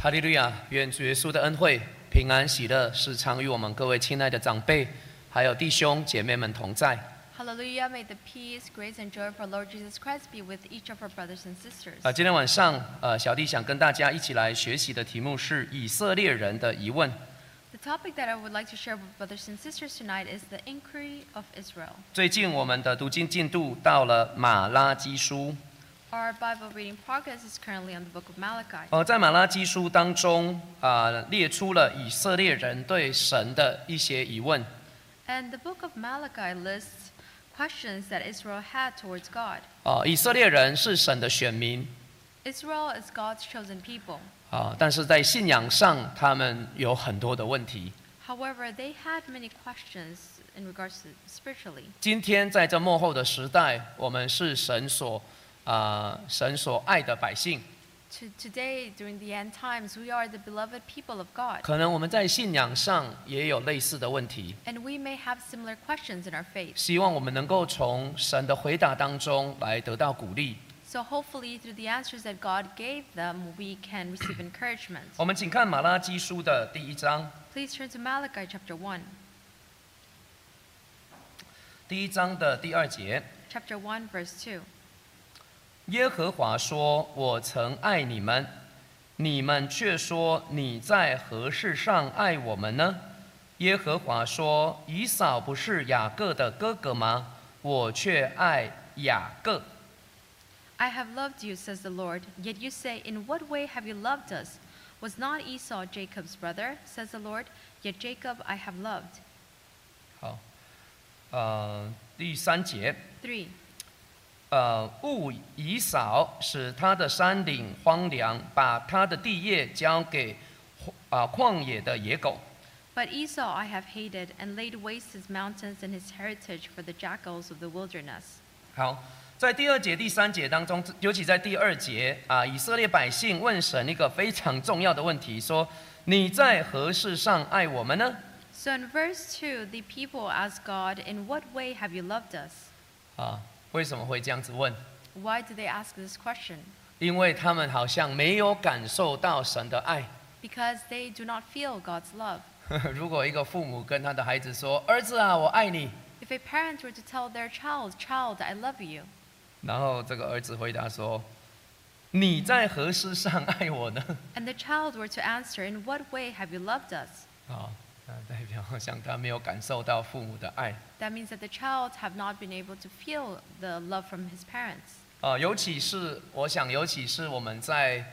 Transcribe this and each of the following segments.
哈利路亚！愿主耶稣的恩惠、平安、喜乐时常与我们各位亲爱的长辈，还有弟兄姐妹们同在。 Hallelujah. May the peace, grace, and joy of our Lord Jesus Christ be with each of our brothers and sisters. 啊、今天晚上，呃，小弟想跟大家一起来学习的题目是以色列人的疑问。 The topic that I would like to share with brothers and sisters tonight is the inquiry of Israel. 最近我们的读经进度到了马拉基书， Our Bible reading progress is currently on the book of Malachi. 呃，在马拉基书当中啊、列出了以色列人对神的一些疑问。 And the book of Malachi lists questions that Israel had towards God. 啊、以色列人是神的选民 Israel is God's chosen people. 啊、但是在信仰上他们有很多的问题。 However, they had many questions in regards to spiritually. 今天在这幕后的时代，我们是神所啊、神所爱的百姓。 To today, during the end times, we are the beloved people of God, 可能我们在信仰上也有类似的问题， and we may have similar questions in our faith. 希望我们能够从神的回答当中来得到鼓励。 So hopefully, through the answers that God gave them, we can receive encouragement. 我们请看马拉基书的第一章， Please turn to Malachi chapter 1. 第一章的第二节， Chapter 1, verse 2. 耶和华说：“我曾爱你们，你们却说你在何事上爱我们呢？”耶和华说：“以扫不是雅各的哥哥吗？我却爱雅各。” I have loved you, says the Lord, yet you say, In what way have you loved us? Was not Esau Jacob's brother, says the Lord, yet Jacob I have loved. 好，呃，第三节， 3. 呃，勿以扫使他的山岭荒凉，把他的地业交给啊、旷野的野狗。 But Esau I have hated, and laid waste his mountains and his heritage for the jackals of the wilderness. 好，在第二节、第三节当中，尤其在第二节啊、以色列百姓问神一个非常重要的问题，说：“你在何事上爱我们呢 So in verse 2, the people ask God, In what way have you loved us?？” 啊，为什么会这样子问？ Why do they ask this question? 因为他们好像没有感受到神的爱。 Because they do not feel God's love. 如果一个父母跟他的孩子说：“儿子啊，我爱你。” If a parent were to tell their child, Child, I love you, 然后这个儿子回答说：“你在何事上爱我呢 and the child were to answer, In what way have you loved us?？” 啊、那代表好像他没有感受到父母的爱。 That means that the child have not been able to feel the love from his parents. 啊，尤其是我想，尤其是我们在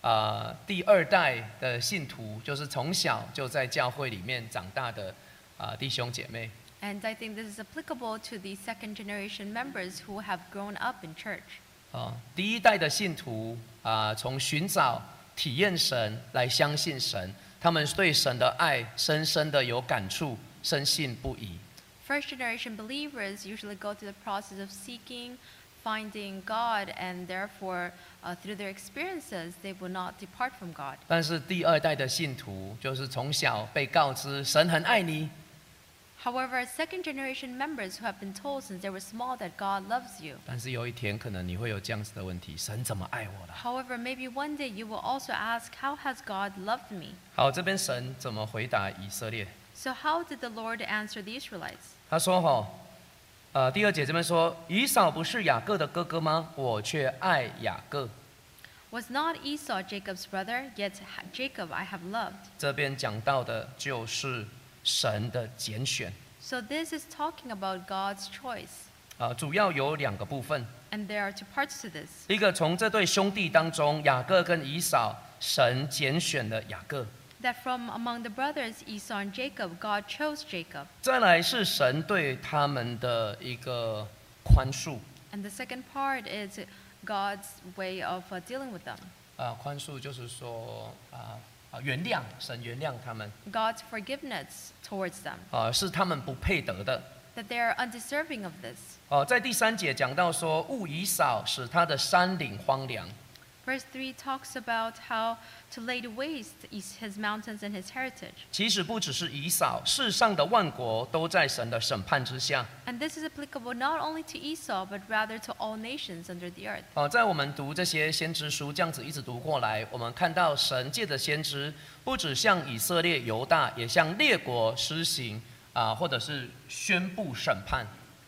啊、第二代的信徒，就是从小就在教会里面长大的啊、弟兄姐妹。 And I think this is applicable to the second generation members who have grown up in church. 啊、第一代的信徒啊、从寻找、体验神来相信神，他们对神的爱深深的有感触，深信不疑。 First generation believers usually go through the process of seeking, finding God, and therefore, uh, through their experiences, they will not depart from God. 但是第二代的信徒，就是从小被告知神很爱你， However, second generation members who have been told since they were small that God loves you. 但是有一天可能你会有这样子的问题：神怎么爱我了？ However, maybe one day you will also ask, How has God loved me? 好，这边神怎么回答以色列？ So, how did the Lord answer the Israelites? 他说：“哈，呃，第二节这边说，以扫不是雅各的哥哥吗？我却爱雅各。 Was not Esau Jacob's brother, yet ha- Jacob I have loved. ”这边讲到的就是神的拣选 So, this is talking about God's choice, 啊、呃主要有两个部分， and there are two parts to this. 一个从这对兄弟当中，雅各跟以扫，神拣选了雅各； That from among the brothers Esau and Jacob, God chose Jacob. 再来是神对他们的一个宽恕 And the second part is God's way of uh, dealing with them. 啊、宽恕就是说啊啊、原谅，神原谅他们 God's forgiveness towards them, 啊、是他们不配得的。 that they are undeserving of this. 哦，在第三节讲到说，勿以扫使他的山岭荒凉。 Verse 3 talks about how to lay waste is his mountains and his heritage. 其实不只是以扫，世上的万国都在神的审判之下。 And this is applicable not only to Esau, but rather to all nations under the earth. 啊，在我们读这些先知书，这样子一直读过来，我们看到神界的先知不只向以色列、犹大，也向列国施行啊，或者是宣布审判。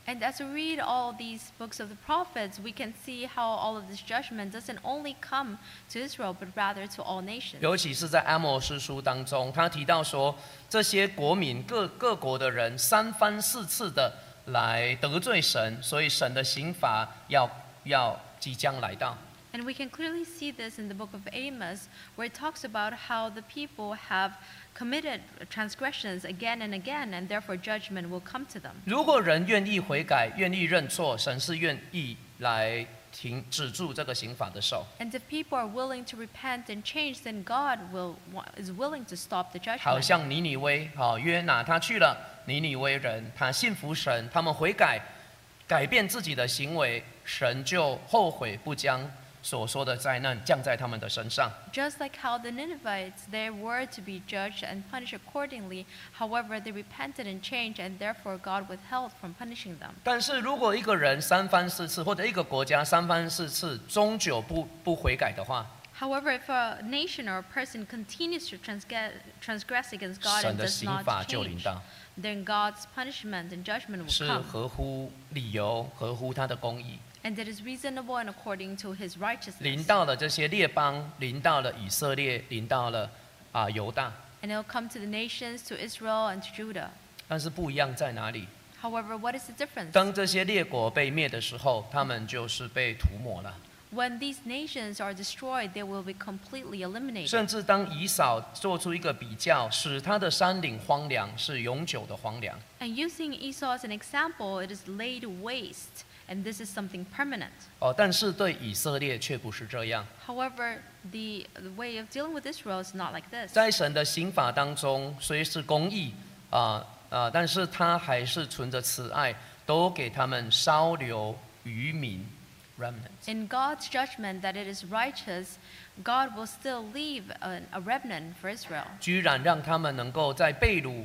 And as we read all these books of the prophets, we can see how all of this judgment doesn't only come to Israel, but rather to all nations. 尤其是在阿摩斯书当中，他提到说，这些国民各各国的人三番四次的来得罪神，所以神的刑罚要要即将来到。 And we can clearly see this in the book of Amos, where it talks about how the people have committed transgressions again and again, and therefore judgment will come to them. 如果人愿意悔改、愿意认错，神是愿意来停止住这个刑罚的手。 And if people are willing to repent and change, then God will, is willing to stop the 好 judgment. 像尼尼微，好、约拿他去了尼尼微人，他信服神，他们悔改，改变自己的行为，神就后悔不将所说的灾难降在他们的身上。 Just like how the Ninevites, they were to be judged and punished accordingly. However, they repented and changed, and therefore God withheld from punishing them. 但是如果一个人三番四次，或者一个国家三番四次，终究不不悔改的话， However, if a nation or a person continues to transgress, transgress against God 神 and 的 does 刑罚 not 就临 change, 到， then God's punishment and judgment will 是 come. 合乎理由、合乎他的公义， And it is reasonable and according to his righteousness. 临到了这些列邦，临到了以色列，临到了啊、犹大。 And it will come to the nations, to Israel, and to Judah. 但是不一样在哪里？ However, what is the difference? 当这些列国被灭的时候，他们就是被涂抹了。嗯 When these nations are destroyed, they will be completely eliminated. 甚至当以扫做出一个比较，使他的山岭荒凉，是永久的荒凉。 And using Esau as an example, it is laid waste, and this is something permanent. 哦，但是对以色列却不是这样。 However, the, the way of dealing with Israel is not like this. 在神的刑法当中，虽是公义啊啊、但是他还是存着慈爱，都给他们稍留余民 （remnant）。 In God's judgment that it is righteous, God will still leave an, a remnant for Israel. 居然让他们能够在被掳、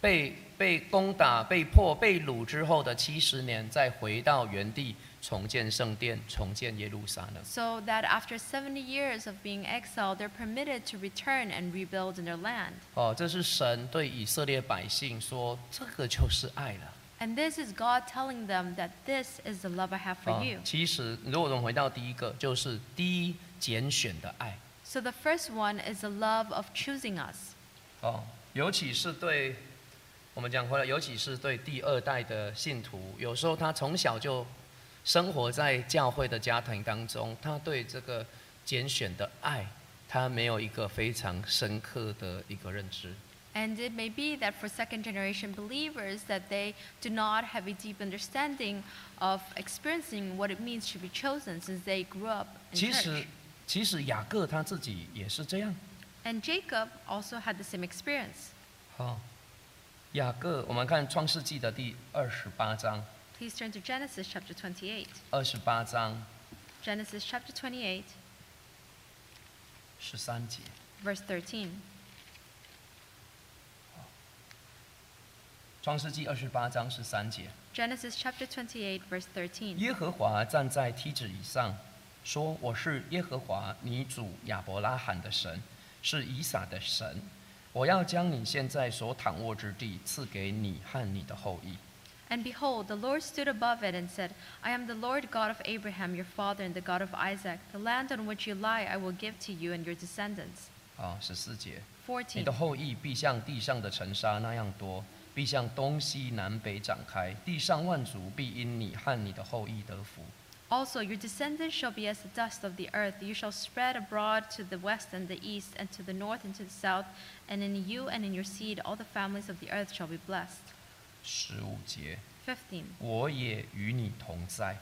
被被攻打、被迫、被掳之后的七十年，再回到原地重建圣殿、重建耶路撒冷。 So that after 70 years of being exiled, they're permitted to return and rebuild in their land. 哦，这是神对以色列百姓说，这个就是爱了。 And this is God telling them that this is the love I have for 哦 you. 其实如果我们回到第一个，就是第一拣选的爱。 So the first one is the love of choosing us. 哦，尤其是对我们讲回来，尤其是对第二代的信徒，有时候他从小就生活在教会的家庭当中，他对这个拣选的爱，他没有一个非常深刻的一个认知。 And it may be that for second generation believers that they do not have a deep understanding of experiencing what it means to be chosen since they grew up in 其实 church.，其实雅各他自己也是这样。 And Jacob also had the same experience. 哦，雅各，我们看创世纪的第二十八章， Please turn to Genesis chapter 28. 二十八章 Genesis chapter 28, 十三节。 verse 13. 创世纪二十八章十三节。 Genesis chapter 28, verse 13. 耶和华站在梯子以上，说：“我是耶和华你主亚伯拉罕的神，是以撒的神。我要将你现在所躺卧之地赐给你和你的后裔。 And behold, the Lord stood above it and said, I am the Lord God of Abraham, your father, and the God of Isaac. The land on which you lie I will give to you and your descendants. ”啊，十四节，你 14. 的后裔必像地上的尘沙那样多，必向东西南北展开，地上万族必因你和你的后裔得福。 Also, your descendants shall be as the dust of the earth. You shall spread abroad to the west and the east, and to the north and to the south. And in you and in your seed, all the families of the earth shall be blessed. 十五节， 15. 我也与你同在，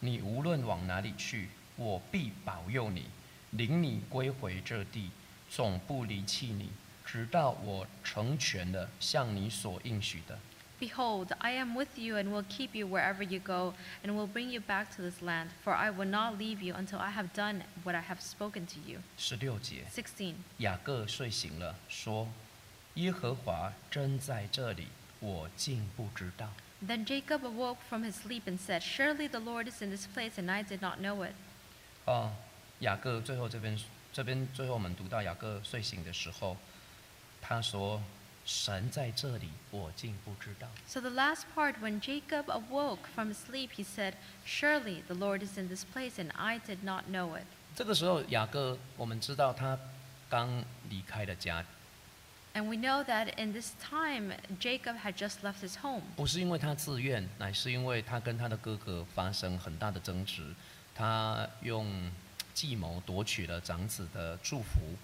你无论往哪里去，我必保佑你，领你归回这地，总不离弃你，直到我成全了向你所应许的。 Behold, I am with you and will keep you wherever you go, and will bring you back to this land, for I will not leave you until I have done what I have spoken to you. 十六节， 16. 雅各睡醒了，说：“耶和华真在这里，我竟不知道。 Then Jacob awoke from his sleep and said, Surely the Lord is in this place, and I did not know it. ”哦，雅各最后这边这边最后我们读到雅各睡醒的时候，他说：“神在这里，我竟不知道。 So the last part, when Jacob awoke from his sleep, he said, Surely the Lord is in this place, and I did not know it. ”这个时候，雅各我们知道他刚离开了家， And we know that in this time, Jacob had just left his home. 不是因为他自愿，乃是因为他跟他的哥哥发生很大的争执，他用计谋夺取了长子的祝福，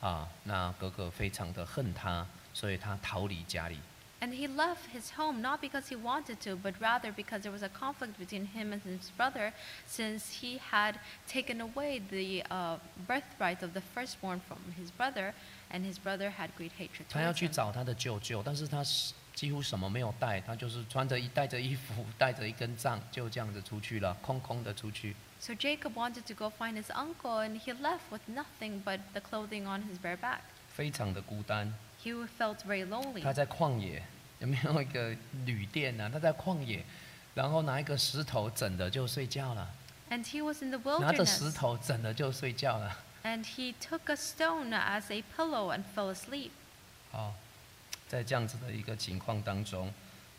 啊，那哥哥非常的恨他，所以他逃离家里。 And he left his home not because he wanted to, but rather because there was a conflict between him and his brother, since he had taken away the uh, birthright of the firstborn from his brother, and his brother had great hatred 他要 towards 去 him. 找他的舅舅，但是他是几乎什么没有带，他就是穿着一带着衣服，带着一根杖，就这样子出去了，空空的出去。 So Jacob wanted to go find his uncle, and he left with nothing but the clothing on his bare back. 非常的孤单， He felt very lonely. 他在旷野，有没有一个旅店啊？他在旷野，然后拿一个石头枕着就睡觉了。 And he was in the 拿着石 wilderness, 头枕着就睡觉了。 and he took a stone as a pillow and fell asleep. 好，在这样子的一个情况当中，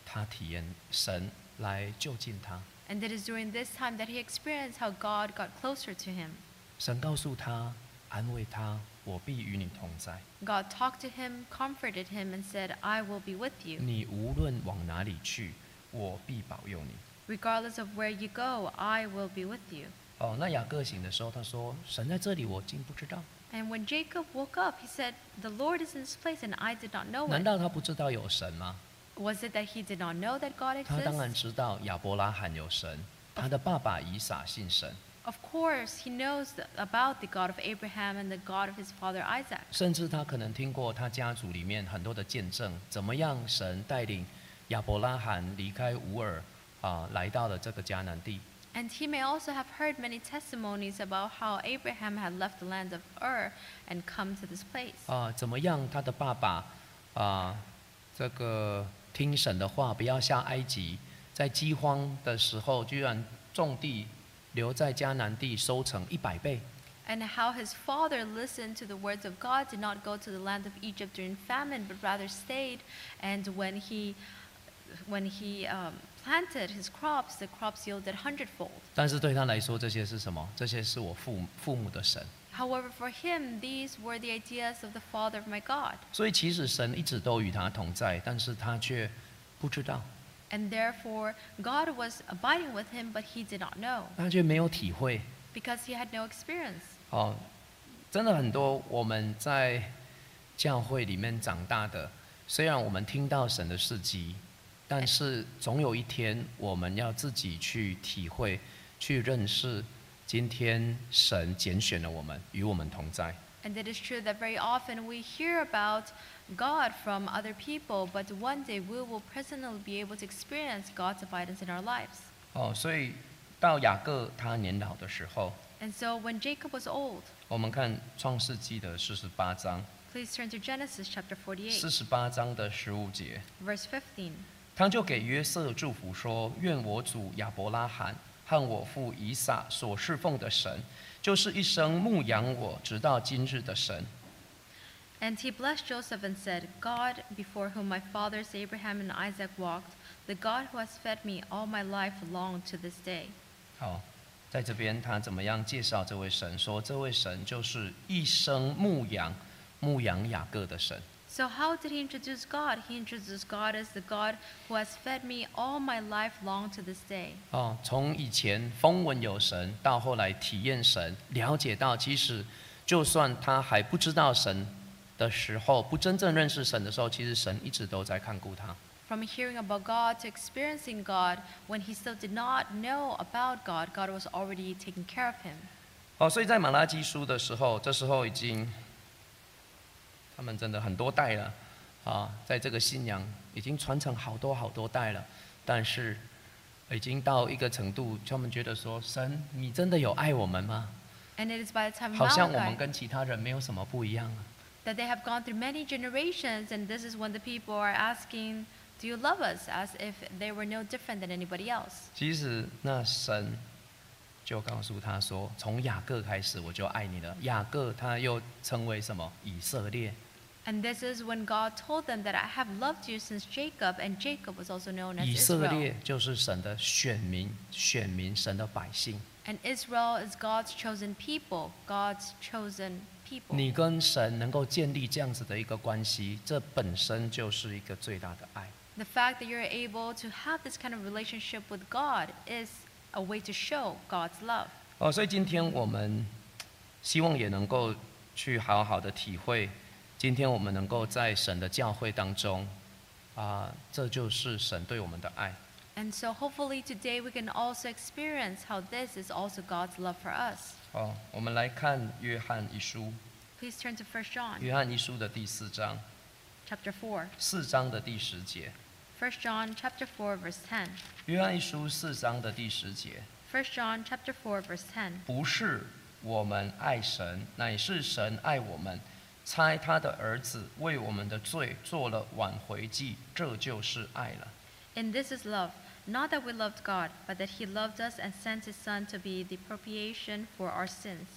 他体验神来就近他。 And it is during this time that he experienced how God got closer to him. 神告诉他，安慰他，我必与你同在。 God talked to him, comforted him, and said, I will be with you. 你无论往哪里去，我必保佑你。 Regardless of where you go, I will be with you. 哦，那雅各醒的时候，他说：“神在这里，我竟不知道。 And when Jacob woke up, he said, The Lord is in this place, and I did not know 难 it. 道他不知道有神吗？ Was it that he did not know that God 他当然 exists? 知道亚伯拉罕有神，他的爸爸以撒信神， Of course, he knows th- about the God of Abraham and the God of his father Isaac. 甚至他可能听过他家族里面很多的见证，怎么样神带领亚伯拉罕离开乌尔啊，来到了这个迦南地。 And he may also have heard many testimonies about how Abraham had left the land of Ur and come to this place. 啊，怎么样他的爸爸啊，这个听神的话，不要下埃及，在饥荒的时候居然种地，留在迦南地收成一百倍。 And how his father listened to the words of God, did not go to the land of Egypt during famine, but rather stayed. And when he, when he um, planted his crops, the crops yielded hundredfold. 但是对他来说，这些是什么？这些是我父父母的神。 However, for him, these were the ideas of the Father of my God. 所以其实神一直都与他同在，但是他却不知道， And therefore, God was abiding with him, but he did not know 他却没有体会。 because he had no experience. 哦，真的很多我们在教会里面长大的，虽然我们听到神的事迹，但是总有一天我们要自己去体会、去认识。今天神拣选了我们，与我们同在。 And it is true that very often we hear about God from other people, but one day we will personally be able to experience God's abidance in our lives. 哦，所以到雅各他年老的时候， And so when Jacob was old, 我们看创世纪的四十八章， please turn to Genesis chapter 48, 四十八章的十五节。 verse 15. 他就给约瑟祝福说：“愿我主亚伯拉罕和我父以撒所侍奉的神，就是一生牧养我直到今日的神。 And he blessed Joseph and said, God, before whom my fathers Abraham and Isaac walked, the God who has fed me all my life long to this day. ”好，在这边他怎么样介绍这位神？说这位神就是一生牧养、牧养雅各的神。 So, how did he introduce God? He introduced God as the God who has fed me all my life long to this day. 哦，从以前风闻有神，到后来体验神，了解到其实，就算他还不知道神的时候，不真正认识神的时候，其实神一直都在看顾他。 From hearing about God to experiencing God, when he still did not know about God, God was already taking care of him. 好，哦所以在马拉基书的时候，这时候已经，他们真的很多代了，啊，在这个信仰已经传承好多好多代了，但是已经到一个程度，他们觉得说，神，你真的有爱我们吗？ And it is by the time 好像我们 Malachi 跟其他人没有什么不一样啊。 that they have gone through many generations, and this is when the people are asking, Do you love us? as if they were no different than anybody else. 其实那神就告诉他说，从雅各开始我就爱你了。雅各他又称为什么？以色列。 And this is when God told them that I have loved you since Jacob, and Jacob was also known as 以色 Israel. 列就是神的选民，选民神的百姓。 And Israel is God's chosen people, God's chosen people. 你跟神能够建立这样子的一个关系，这本身就是一个最大的爱。 The fact that you're able to have this kind of relationship with God is a way to show God's love. 哦，所以今天我们希望也能够去好好的体会，今天我们能够在神的教会当中，啊、这就是神对我们的爱。 And so hopefully today we can also experience how this is also God's love for us. 哦，我们来看约翰一书， Please turn to 1 John 约翰一书的第四章， chapter 4. 四章的第十节， 1 John chapter 4 verse 10. 约翰一书四章的第十节， 1 John chapter 4 verse 10. 不是我们爱神，乃是神爱我们，差他的儿子为我们的罪做了挽回祭，这就是爱了。 And this is love, not that we loved God, but that he loved us and sent his son to be the propitiation for our sins.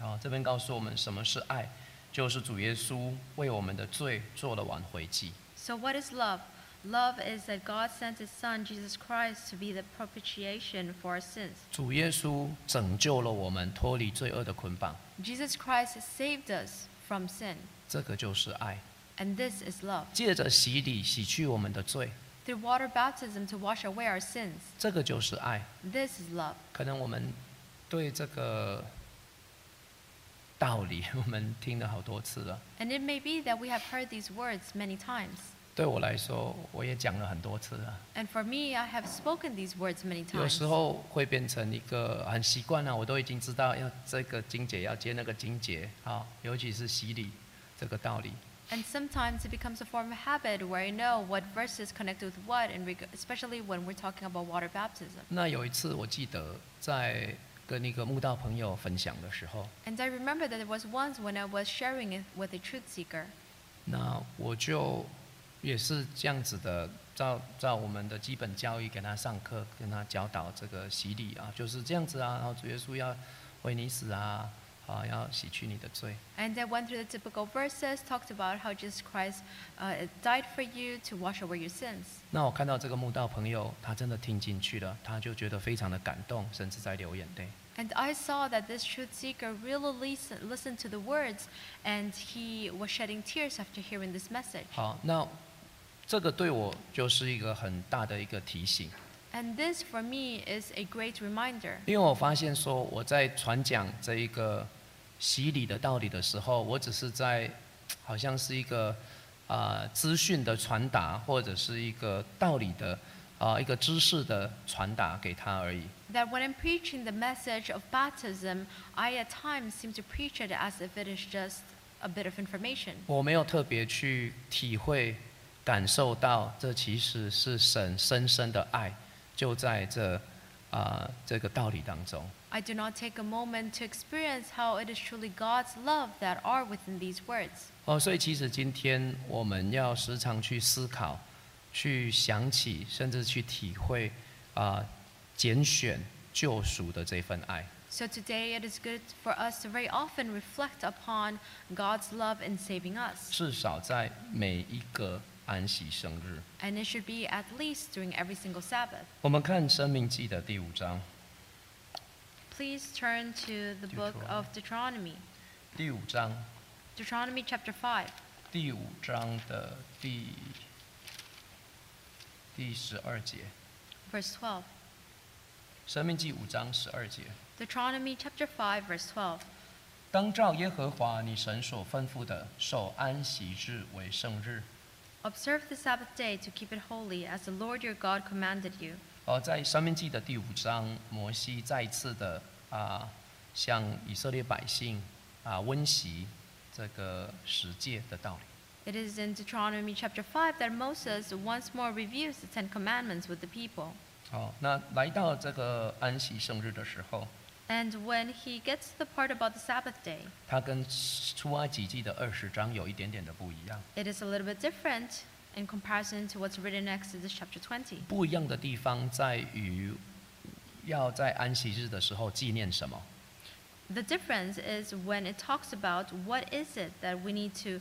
啊，这边告诉我们什么是爱，就是主耶稣为我们的罪做了挽回祭。 So what is love? Love is that God sent his son Jesus Christ to be the propitiation for our sins. 主耶稣拯救了我们脱离罪恶的捆绑， Jesus Christ saved us from sin, 这个就是爱。 and this is love. 借着洗礼洗去我们的罪， Through water baptism to wash away our sins. 这个就是爱。 This is love. 可能我们对这个道理，我们听了好多次了。 And it may be that we have heard these words many times. 对我来说，我也讲了很多次了。 And for me, I have spoken these words many 有 times. 时候会变成一个很习惯了、我都已经知道要这个经节要接那个经节啊，尤其是洗礼这个道理。 And sometimes it becomes a form of habit where I know what verses connect with what, and reg- especially when we're talking about water baptism. 那有一次我记得在跟一个慕道朋友分享的时候， And I remember that there was once when I was sharing it with a truth seeker. 那我就也是这样子的，照照我们的基本教育给他上课，跟他教导这个洗礼啊，就是这样子啊。然后主耶稣要为你死啊，啊，要洗去你的罪。 And I went through the typical verses, talked about how Jesus Christ uh, died for you to wash away your sins. 那我看到这个慕道朋友，他真的听进去了，他就觉得非常的感动，甚至在流眼泪。 And I saw that this truth seeker really listen, listened to the words, and he was shedding tears after hearing this message. 好，那这个对我就是一个很大的一个提醒。 And this, for me, is a great reminder. 因为我发现说我在传讲这一个洗礼的道理的时候，我只是在好像是一个啊、呃资讯的传达，或者是一个道理的啊、一个知识的传达给他而已。 That when I'm preaching the message of baptism, I at times seem to preach it as if it is just a bit of information. 我没有特别去体会、感受到这其实是神深深的爱，就在这啊、这个道理当中。 I do not take a moment to experience how it is truly God's love that are within these words. 哦，所以其实今天我们要时常去思考、去想起，甚至去体会啊、拣选救赎的这份爱。 So today it is good for us to very often reflect upon God's love in saving us. 至少在每一个安息生日， And it should be at least during every single Sabbath. 我们看《生命记》的第五章， Please turn to the book of Deuteronomy, 第五章， Deuteronomy chapter 5, 第五章的第第十二节，《 verse 12. 生命记》五章十二节。 Deuteronomy chapter 5, verse 12. 当照耶和华你神所吩咐的，守安息日为圣日。 Observe the Sabbath day to keep it holy, as the Lord your God commanded you. 呃，在《生命记》的第五章，摩西再次的啊、向以色列百姓啊、温习这个十诫的道理。 It is in Deuteronomy chapter 5 that Moses once more reviews the Ten Commandments with the people. 好，哦那来到这个安息圣日的时候， And when he gets to the part about the Sabbath day, 它跟出埃及记的二十章有一点点的不一样。 it is a little bit different in comparison to what's written in Exodus chapter 20. 不一样的地方在于，要在安息日的时候纪念什么？ The difference is when it talks about what is it that we need to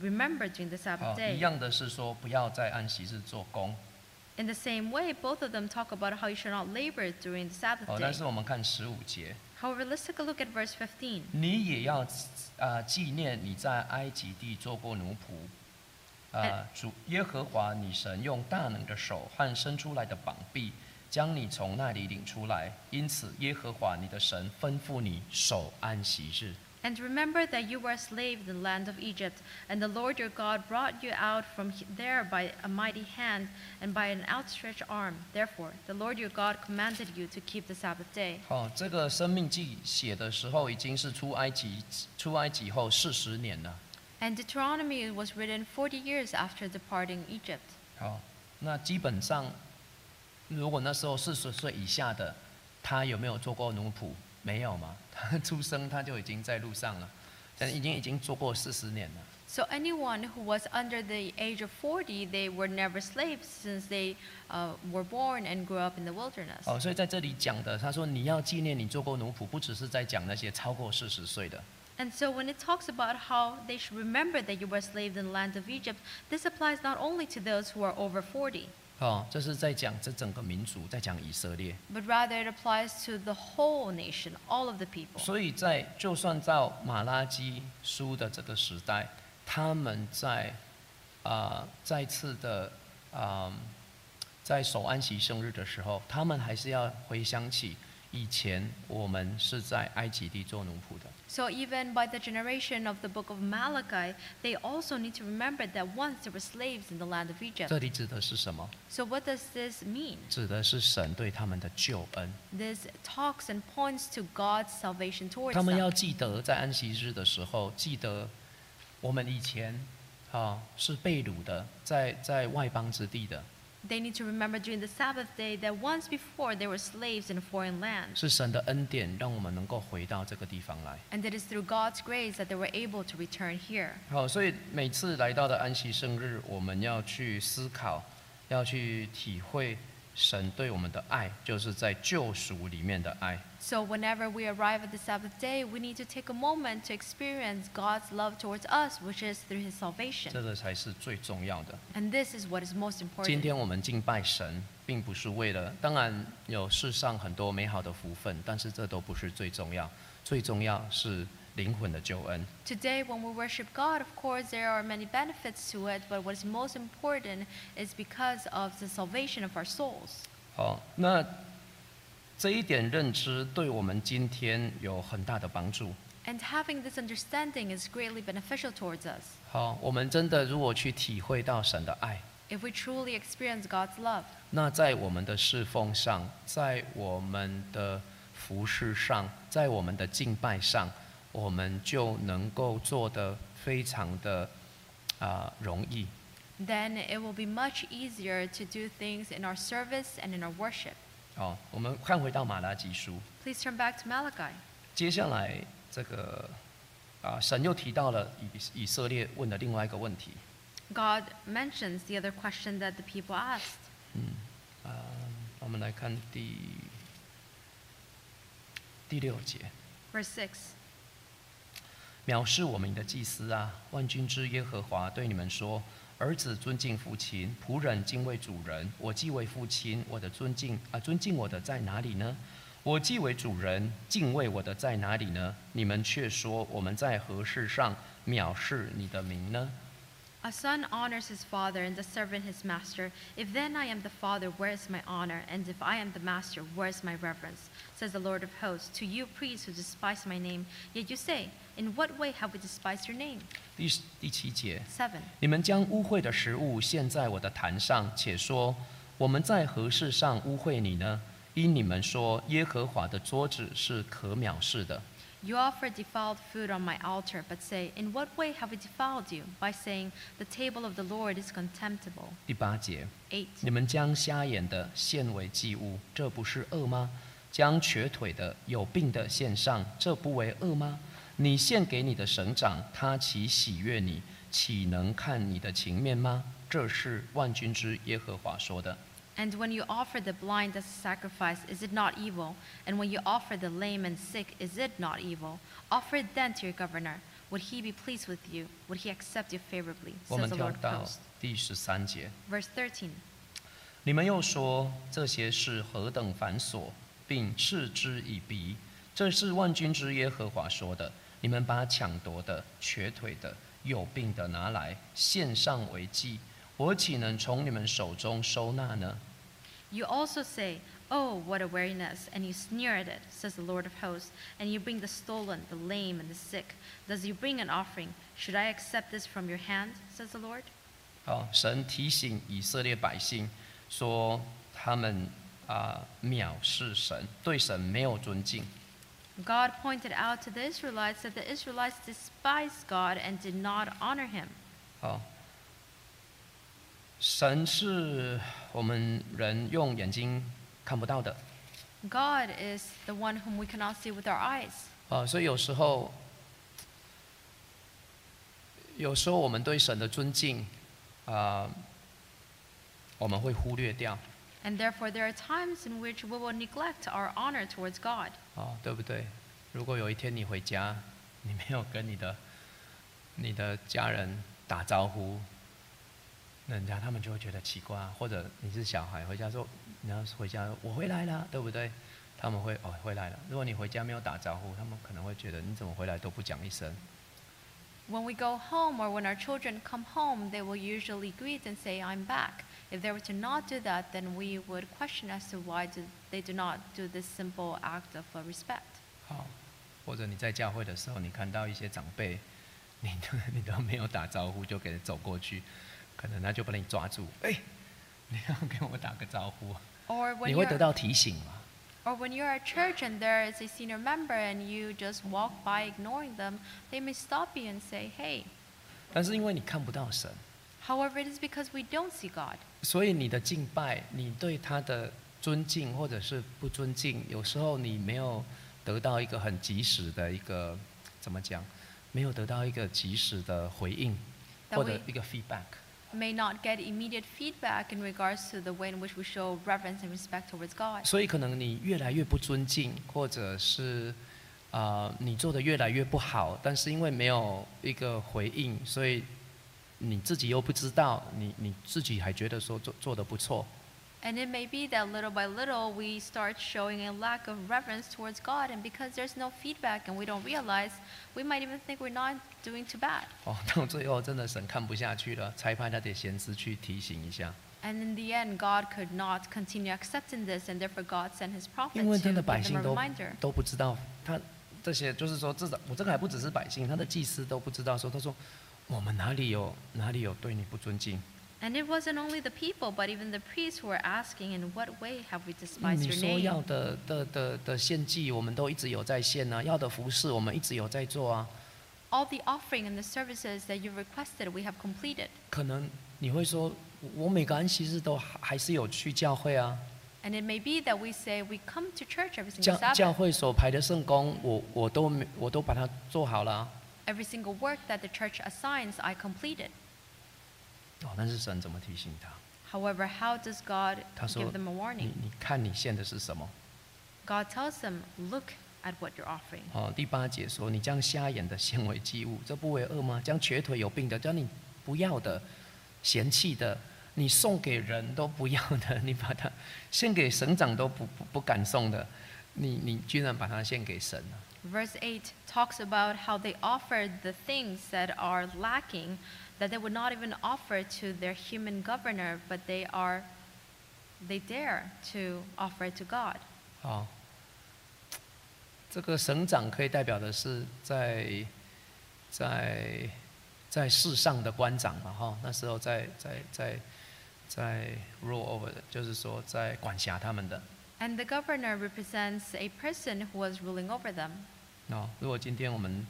remember during the 好， Sabbath 哦一 day. 样的是说不要在安息日做工。 In the same way, both of them talk about how you should not labor during the 哦 Sabbath，但 day. 是我们看十五节， However, let's take a look at verse 15. 你也要啊纪念你在埃及地做过奴仆，啊哎主耶和华你神用大能的手和伸出来的膀臂将你从那里领出来，因此耶和华你的神吩咐你守安息日。 And remember that you were a slave in the land of Egypt, and the Lord your God brought you out from he- there by a mighty hand and by an outstretched arm. Therefore, the Lord your God commanded you to keep the Sabbath day. 好、哦这个《生命记》写的时候已经是出埃及出埃及后四十年了。 And Deuteronomy was written 40 years after departing Egypt. 好，哦那基本上，如果那时候四十岁以下的，他有没有做过奴仆？没有嘛，他 出生他就已经在路上了，但已经已经做过四十年了。 So anyone who was under the age of 40, they were never slaves since they uh, were born and grew up in the wilderness. 哦，所以在这里讲的，他说你要纪念你做过奴仆，不只是在讲那些超过四十岁的。 And so when it talks about how they should remember that you were slaves in the land of Egypt, this applies not only to those who are over 40, 哦，这是在讲这整个民族，在讲以色列。 but rather it applies to the whole nation, all of the people. 所以在就算到马拉基书的这个时代，他们在啊、再次的啊、在守安息生日的时候，他们还是要回想起以前我们是在埃及地做奴仆的。 So even by the generation of the book of Malachi, they also need to remember that once they were slaves in the land of 这 Egypt. 里指的是什么？ So what does this mean? 指的是神对他们的救恩。 This talks and points to God's salvation towards 他们 them. 要记得在安息日的时候，记得我们以前啊、是被掳的，在在外邦之地的， They need to remember during the Sabbath day that once before they were slaves in a foreign land. 是神的恩典，让我们能够回到这个地方来。 And it is through God's grace that they were able to return here. 好，所以每次来到的安息圣日，我们要去思考，要去体会神对我们的爱，就是在救赎里面的爱。 So whenever we arrive at the Sabbath day, we need to take a moment to experience God's love towards us, which is through his 这 salvation. 个才是最重要的。 And this is what is most 今 important. 天我们敬拜神，并不是为了，当然有世上很多美好的福分，但是这都不是最重要，最重要是灵魂的救恩。 Today, when we worship God, of course, there are many benefits to it, but what is most important is because of the salvation of our souls. 好，那这一点认知对我们今天有很大的帮助。 And having this understanding is greatly beneficial towards us. 好，我们真的如果去体会到神的爱， If we truly experience God's love, 那在我们的侍奉上，在我们的服饰上，在我们的敬拜上，我们就能够做得非常的啊、容易。 then it will be much easier to do things in our service and in our worship. 哦，我们看回到马拉基书， Please turn back to Malachi. 接下来这个啊、神又提到了以以色列问的另外一个问题， God mentions the other question that the people asked. 啊、我们来看第第六节。 Verse 6藐视我们的祭司啊！万军之耶和华对你们说：儿子尊敬父亲，仆人敬畏主人。我既为父亲，我的尊敬啊，尊敬我的在哪里呢？我既为主人，敬畏我的在哪里呢？你们却说我们在何事上藐视你的名呢？ A son honors his father, and the servant his master. If then I am the father, where is my honor? And if I am the master, where is my reverence? Says the Lord of hosts. To you, priests who despise my name, yet you say, In what way have we despised your name? 第十第七节， 7. 你们将污秽的食物献在我的坛上，且说我们在何事上污秽你呢？因你们说耶和华的桌子是可藐视的。 You offer defiled food on my altar, but say, In what way have we defiled you? By saying, The table of the Lord is contemptible. 第八节， 8. 你们将瞎眼的献为祭物，这不是恶吗？将瘸腿的、有病的献上，这不为恶吗？你献给你的省长，他岂喜悦你？岂能看你的情面吗？这是万军之耶和华说的。 And when you offer the blind as a sacrifice, is it not evil? And when you offer the lame and sick, is it not evil? Offer it then to your governor. Would he be pleased with you? Would he accept you favorably? 我 Says 们 the 跳 Lord of 到 hosts. 第十三节， Verse 13. 你们又说这些是何等繁琐，并嗤之以鼻。这是万军之耶和华说的。你们把抢夺的、瘸腿的、有病的拿来献上为祭，我岂能从你们手中收纳呢？ You also say, Oh, what a weariness, and you sneer at it, says the Lord of hosts, and you bring the stolen, the lame, and the sick. Does you bring an offering? Should I accept this from your hand, says the Lord? 好，神提醒以色列百姓说，他们啊、藐视神，对神没有尊敬。 God pointed out to the Israelites that the Israelites despised God and did not honor him. 好，神是我们人用眼睛看不到的， God is the one whom we cannot see with our eyes. 啊，所以有时候，有时候我们对神的尊敬，啊、我们会忽略掉， And therefore, there are times in which we will neglect our honor towards God. 啊，对不对？如果有一天你回家，你没有跟你的你的家人打招呼，那人家他们就会觉得奇怪啊，或者你是小孩回家说，你要是回家说我回来了，对不对？他们会哦回来了。如果你回家没有打招呼，他们可能会觉得你怎么回来都不讲一声。 When we go home or when our children come home, they will usually greet and say, I'm back. If they were to not do that, then we would question as to why do they do not do this simple act of uh, respect. 好，或者你在教会的时候，你看到一些长辈， 你都你都没有打招呼就给他走过去，可能他就把你抓住，哎、你要跟我打个招呼，啊 Or when, 你会 you're, 得到提醒嘛？ or when you're at church and there is a senior member and you just walk by ignoring them, they may stop you and say, Hey. 但是因为你看不到神， However, it is because we don't see God. 所以你的敬拜，你对他的尊敬或者是不尊敬，有时候你没有得到一个很及时的一个怎么讲，没有得到一个及时的回应，但或我者一个 feedback。 may not get immediate feedback in regards to the way in which we show reverence and respect towards God. 所以可能你越来越不尊敬，或者是啊、呃你做的越来越不好，但是因为没有一个回应，所以你自己又不知道，你你自己还觉得说做做的不错， And it may be that little by little we start showing a lack of reverence towards God, and because there's no feedback and we don't realize, we might even think we're not doing too bad. 哦， 到最后真的神看不下去了，才派他的先知去提醒一下， And in the end, God could not continue accepting this, and therefore God sent his prophet 因为 to 真的 give 百 them 姓 a 都 reminder. 都不知道他这些，就是说至少我这个还不只是百姓，他的祭司都不知道说，他说我们哪里有哪里有对你不尊敬， And it wasn't only the people, but even the priests who were asking, In what way have we despised 嗯你 your 说 name? 要的的的的献祭，我们都一直有在献啊，要的服饰我们一直有在做啊， All the offering and the services that you requested, we have completed. 可能你会说，我我每个安息日都还还是有去教会啊， And it may be that we say we come to church every single 教教 Sabbath, 会所排的圣功，我我都没我都把它做好了啊、 every single work that the church assigns, I completed. 哦，但是神怎么提醒他？ However, how does God 他说 give them a：“ 你 warning? 你看你献的是什么 God tells them, look at what you're offering.？” 哦，第八节说：“你将瞎眼的献为祭物，这不为恶吗？将瘸腿有病的，将你不要的、嫌弃的，你送给人都不要的， 你把它献给省长都不不不敢送的，你你居然把它献给神啊了。 Verse 8 talks about how they offered the things that are lacking, that they would not even offer to their human governor, but they are, they dare to offer it to God. ”哦，这个省长可以代表的是在在在世上的官长嘛，哈、哦那时候在在在在 rule over 的，就是说在管辖他们的。 And the governor represents a person who was ruling over them. 那、哦如果今天我们，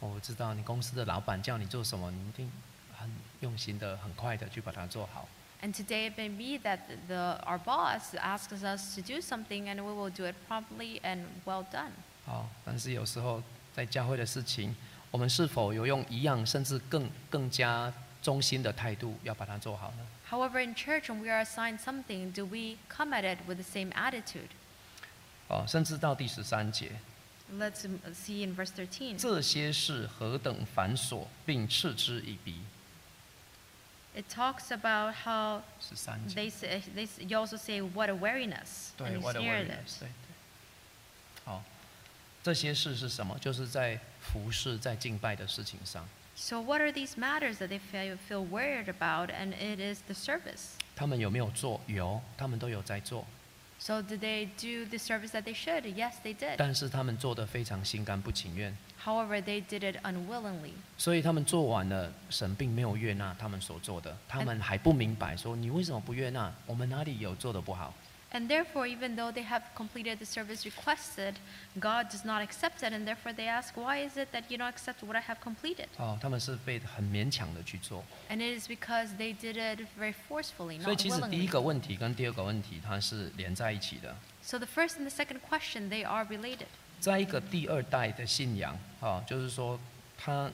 哦我知道你公司的老板叫你做什么，你一定很用心的、很快的去把它做好。 And today it may be that the, our boss asks us to do something and we will do it promptly and well done. 好，哦但是有时候在教会的事情，我们是否有用一样甚至更更加忠心的态度要把它做好呢？ However, in church, when we are assigned something, do we come at it with the same attitude? 哦，甚至到第十三节， Let's um, see in verse 13. 这些事何等繁琐，并嗤之以鼻。 It talks about how 十三节， they say, they, s- you also say, what a weariness. 对 and you 我的 sneer at 对 it. 对。好，哦这些事是什么？就是在服侍、在敬拜的事情上， So, what are these matters that they feel, feel worried about? And it is the service. 他们有没有做？有，他们都有在做， So, did they do the service that they should? Yes, they did. 但是他们做的非常心甘不情愿， However, they did it unwillingly. 所以他们做完了，神并没有悦纳他们所做的，他们还不明白说你为什么不悦纳？我们哪里有做的不好？ And therefore, even though they have completed the service requested, God does not accept it. And therefore, they ask, Why is it that you don't accept what I have completed? 哦，他们是被很勉强的去做。 And it is because they did it very forcefully, 所以 not 其实第一 willingly. 个问题跟第二个问题它是连在一起的。 So, the first and the second question, they are related. 在一个第二代的信仰啊、就是说他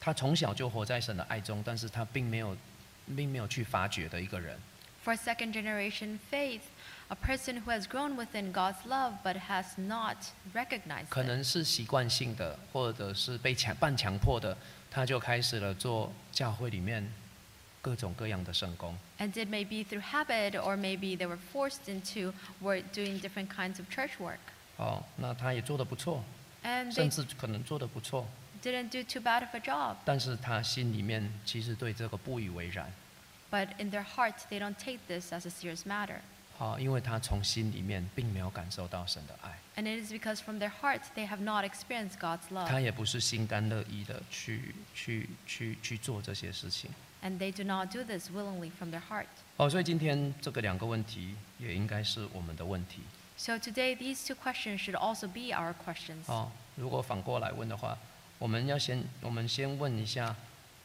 他从小就活在神的爱中，但是他并没有并没有去发掘的一个人。 For second generation faith, a person who has grown within God's love but has not recognized 可 it. 能是习惯性的，或者是被强半强迫的，他就开始了做教会里面各种各样的圣工。 And it may be through habit or maybe they were forced into were doing different kinds of church work. 哦，那他也做得不错， And 甚 they 至可能做得不错， didn't do too bad of a job, 但是他心里面其实对这个不以为然。 but in their hearts they don't take this as a serious matter. 好、哦因为他从心里面并没有感受到神的爱， And it is because from their hearts they have not experienced God's 他 love 也不是心甘乐意的去去去去做这些事情。 and they do not do this willingly from their heart. 哦，所以今天这个两个问题也应该是我们的问题。 So today these two questions should also be our questions. 哦，如果反过来问的话，我们要先我们先问一下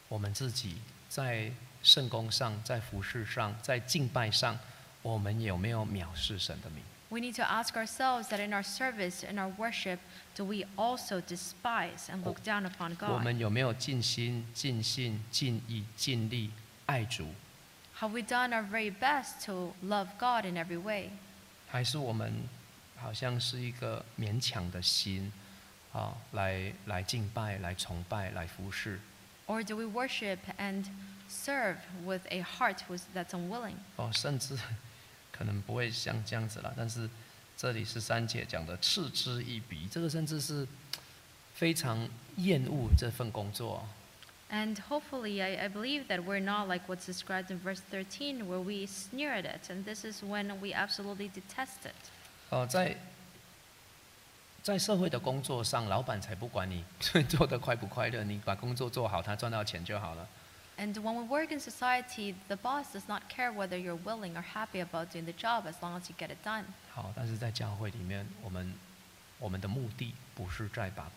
我们自己，在圣功上、在服饰上、在敬拜上，我们有没有藐视神的名？ We need to ask ourselves that in our service, in our worship, do we also despise and look down upon 我 God? 们有没有尽心、尽心、尽意、尽力爱主？ Have we done our very best to love God in every way? 还是我们好像是一个勉强的心啊、来来敬拜、来崇拜、来服侍？ Or do we worship and serve with a heart was- that's unwilling? 哦，甚至可能不会像这样子啦。但是这里是三姐讲的嗤之以鼻，这个甚至是非常厌恶这份工作哦、 And hopefully, I, I believe that we're not like what's described in verse 13, where we sneer at it. And this is when we absolutely detest it. 哦，在在社会的工作上，老板才不管你 做的快不快乐，你把工作做好，他赚到钱就好了。 And when we work in society, the boss does not care whether you're willing or happy about doing the job as long as you get it done. 好，但是在教会里面，我们我们的目的不是在把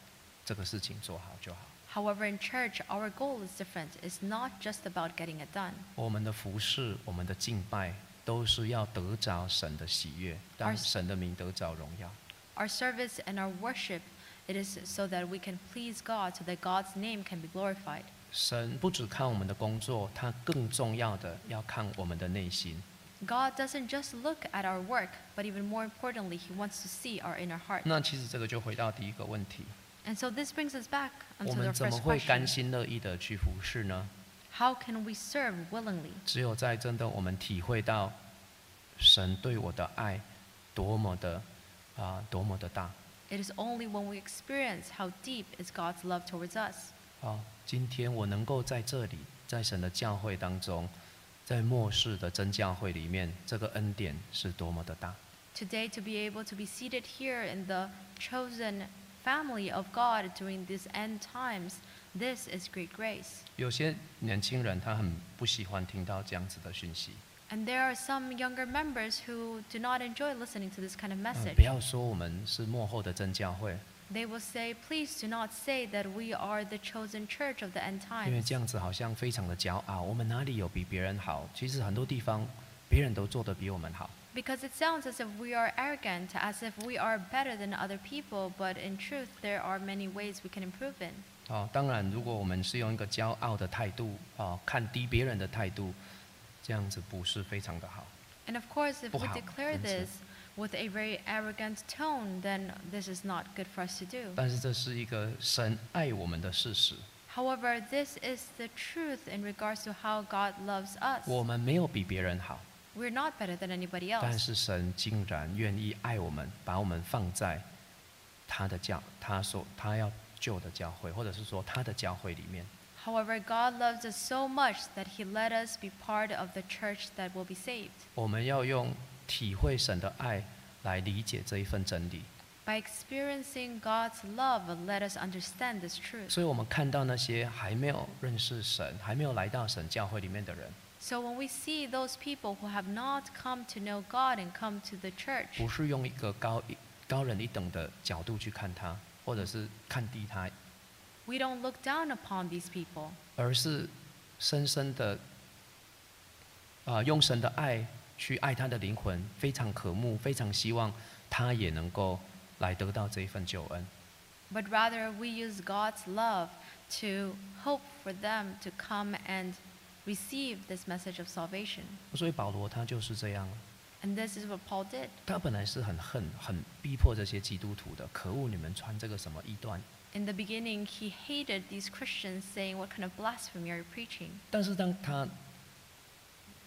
这个事情做好就好， However, in church, our goal is different. It's not just about getting it done. 我们的服饰、我们的敬拜，都是要得着神的喜悦，让 Our- 神的名得着荣耀。 Our service and our worship, it is so that we can please God, so that God's name can be glorified. 神不只看我们的工作，他更重要的要看我们的内心。 God doesn't just look at our work, but even more importantly, He wants to see our inner heart. 那其实这个就回到第一个问题： And so this brings us back 我 onto 们 the 怎么 first 会甘 question. 心乐意的去服侍呢？ How can we serve willingly? 只有在真的我们体会到神对我的爱多么的啊、多么的大啊、 It is only when we experience how deep is God's love towards us. 哦今天我能够在这里，在神的教会当中，在末世的真教会里面，这个恩典是多么的大。 Today, to be able to be seated here in the chosen family of God during these end times, this is great grace. 有些年轻人他很不喜欢听到这样子的讯息。 And there are some younger members who do not enjoy listening to this kind of 嗯 message. 不要说我们是幕后的真教会， They will say, Please do not say that we are the chosen church of the end 因为 times. 这样子好像非常的骄傲，我们哪里有比别人好？其实很多地方别人都做得比我们好。 Because it sounds as if we are arrogant, as if we are better than other people, but in truth, there are many ways we can improve in. 哦，当然，如果我们是用一个骄傲的态度，哦，看低别人的态度，这样子不是非常的好。 And of course, if we 不好， declare 因此。 this with a very arrogant tone, then this is not good for us to do. 但是这是一个神爱我们的事实， However, this is the truth in regards to how God loves us. 我们没有比别人好， We're not better than anybody 但 else. 是神竟然愿意爱我们，把我们放在他的教，他所他要救的教会，或者是说他的教会里面。 However, God loves us so much that He let us be part of the church that will be saved. 我们要用体会神的爱来理解这一份真理。 By experiencing God's love, let us understand this truth. 所以我们看到那些还没有认识神、还没有来到神教会里面的人， So when we see those people who have not come to know God and come to the church, 不是用一个高一高人一等的角度去看他，或者是看低他， we don't look down upon these people, 而是深深的啊、呃用神的爱去爱他的灵魂，非常渴慕，非常希望他也能够来得到这一份救恩。 but rather we use God's love to hope for them to come and receive this message of salvation. 所以保罗他就是这样， And this is what Paul did. 他本来是很恨、很逼迫这些基督徒的，可恶！你们穿这个什么异端？ In the beginning, he hated these Christians saying, What kind of blasphemy are you preaching? 但是当他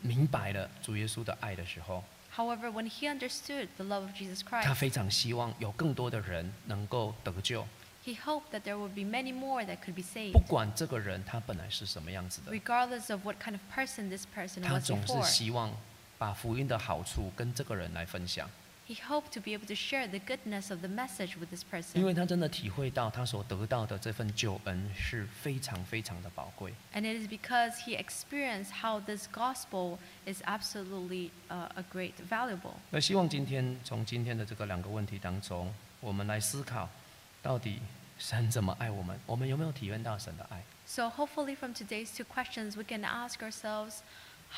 明白了主耶稣的爱的时候， However, when he understood the love of Jesus 他 Christ, 非常希望有更多的人能够得救， he hoped that there would be many more that could be 不 saved, 管这个人他本来是什么样子的， regardless of what kind of person this person 他 was 总是 before. 希望把福音的好处跟这个人来分享， He hoped to be able to share the goodness of the message with this 因为 person. 他真的体会到他所得到的这份救恩是非常非常的宝贵。 And it is because he experienced how this gospel is absolutely uh, a great valuable. 那希望今天从今天的这个两个问题当中，我们来思考，到底神怎么爱我们？我们有没有体验到神的爱？ So hopefully from today's two questions, we can ask ourselves,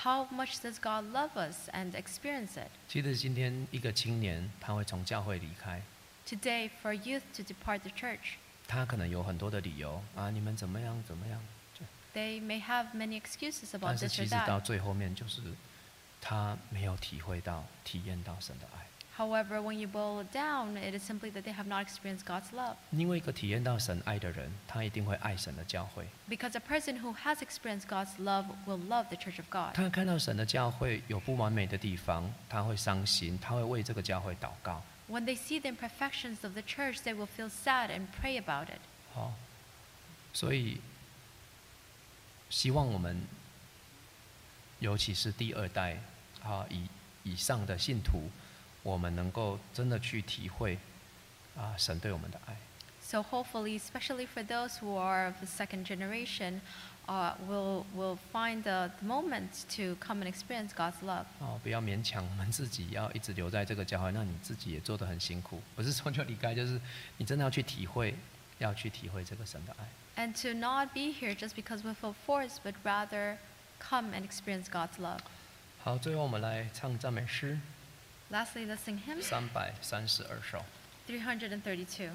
how much does God love us and experience it? 其实今天一个青年他会从教会离开， Today, for youth to depart the church, 他可能有很多的理由啊，你们怎么样怎么样，就 they may have many excuses 但 about 是 this 其 or 实到 that. 最后面就是他没有体会到、体验到神的爱。 However, when you boil it down, it is simply that they have not experienced God's love. 因为一个体验到神爱的人，他一定会爱神的教会。 Because a person who has experienced God's love will love the church of God. 他看到神的教会有不完美的地方，他会伤心，他会为这个教会祷告。 When they see the imperfections of the church, they will feel sad and pray about it. 好，哦所以希望我们，尤其是第二代啊以以上的信徒，我们能够真的去体会啊神对我们的爱。 So hopefully, especially for those who are of the second generation, uh, will will find the, the moment to come and experience God's love. 哦，不要勉强我们自己，要一直留在这个教会，那你自己也做得很辛苦。不是说就离开，就是你真的要去体会，要去体会这个神的爱。 and to not be here just because we feel forced, but rather come and experience God's love. 好，最后我们来唱赞美诗 Lastly, let's sing hymn 三百三十二首。 332.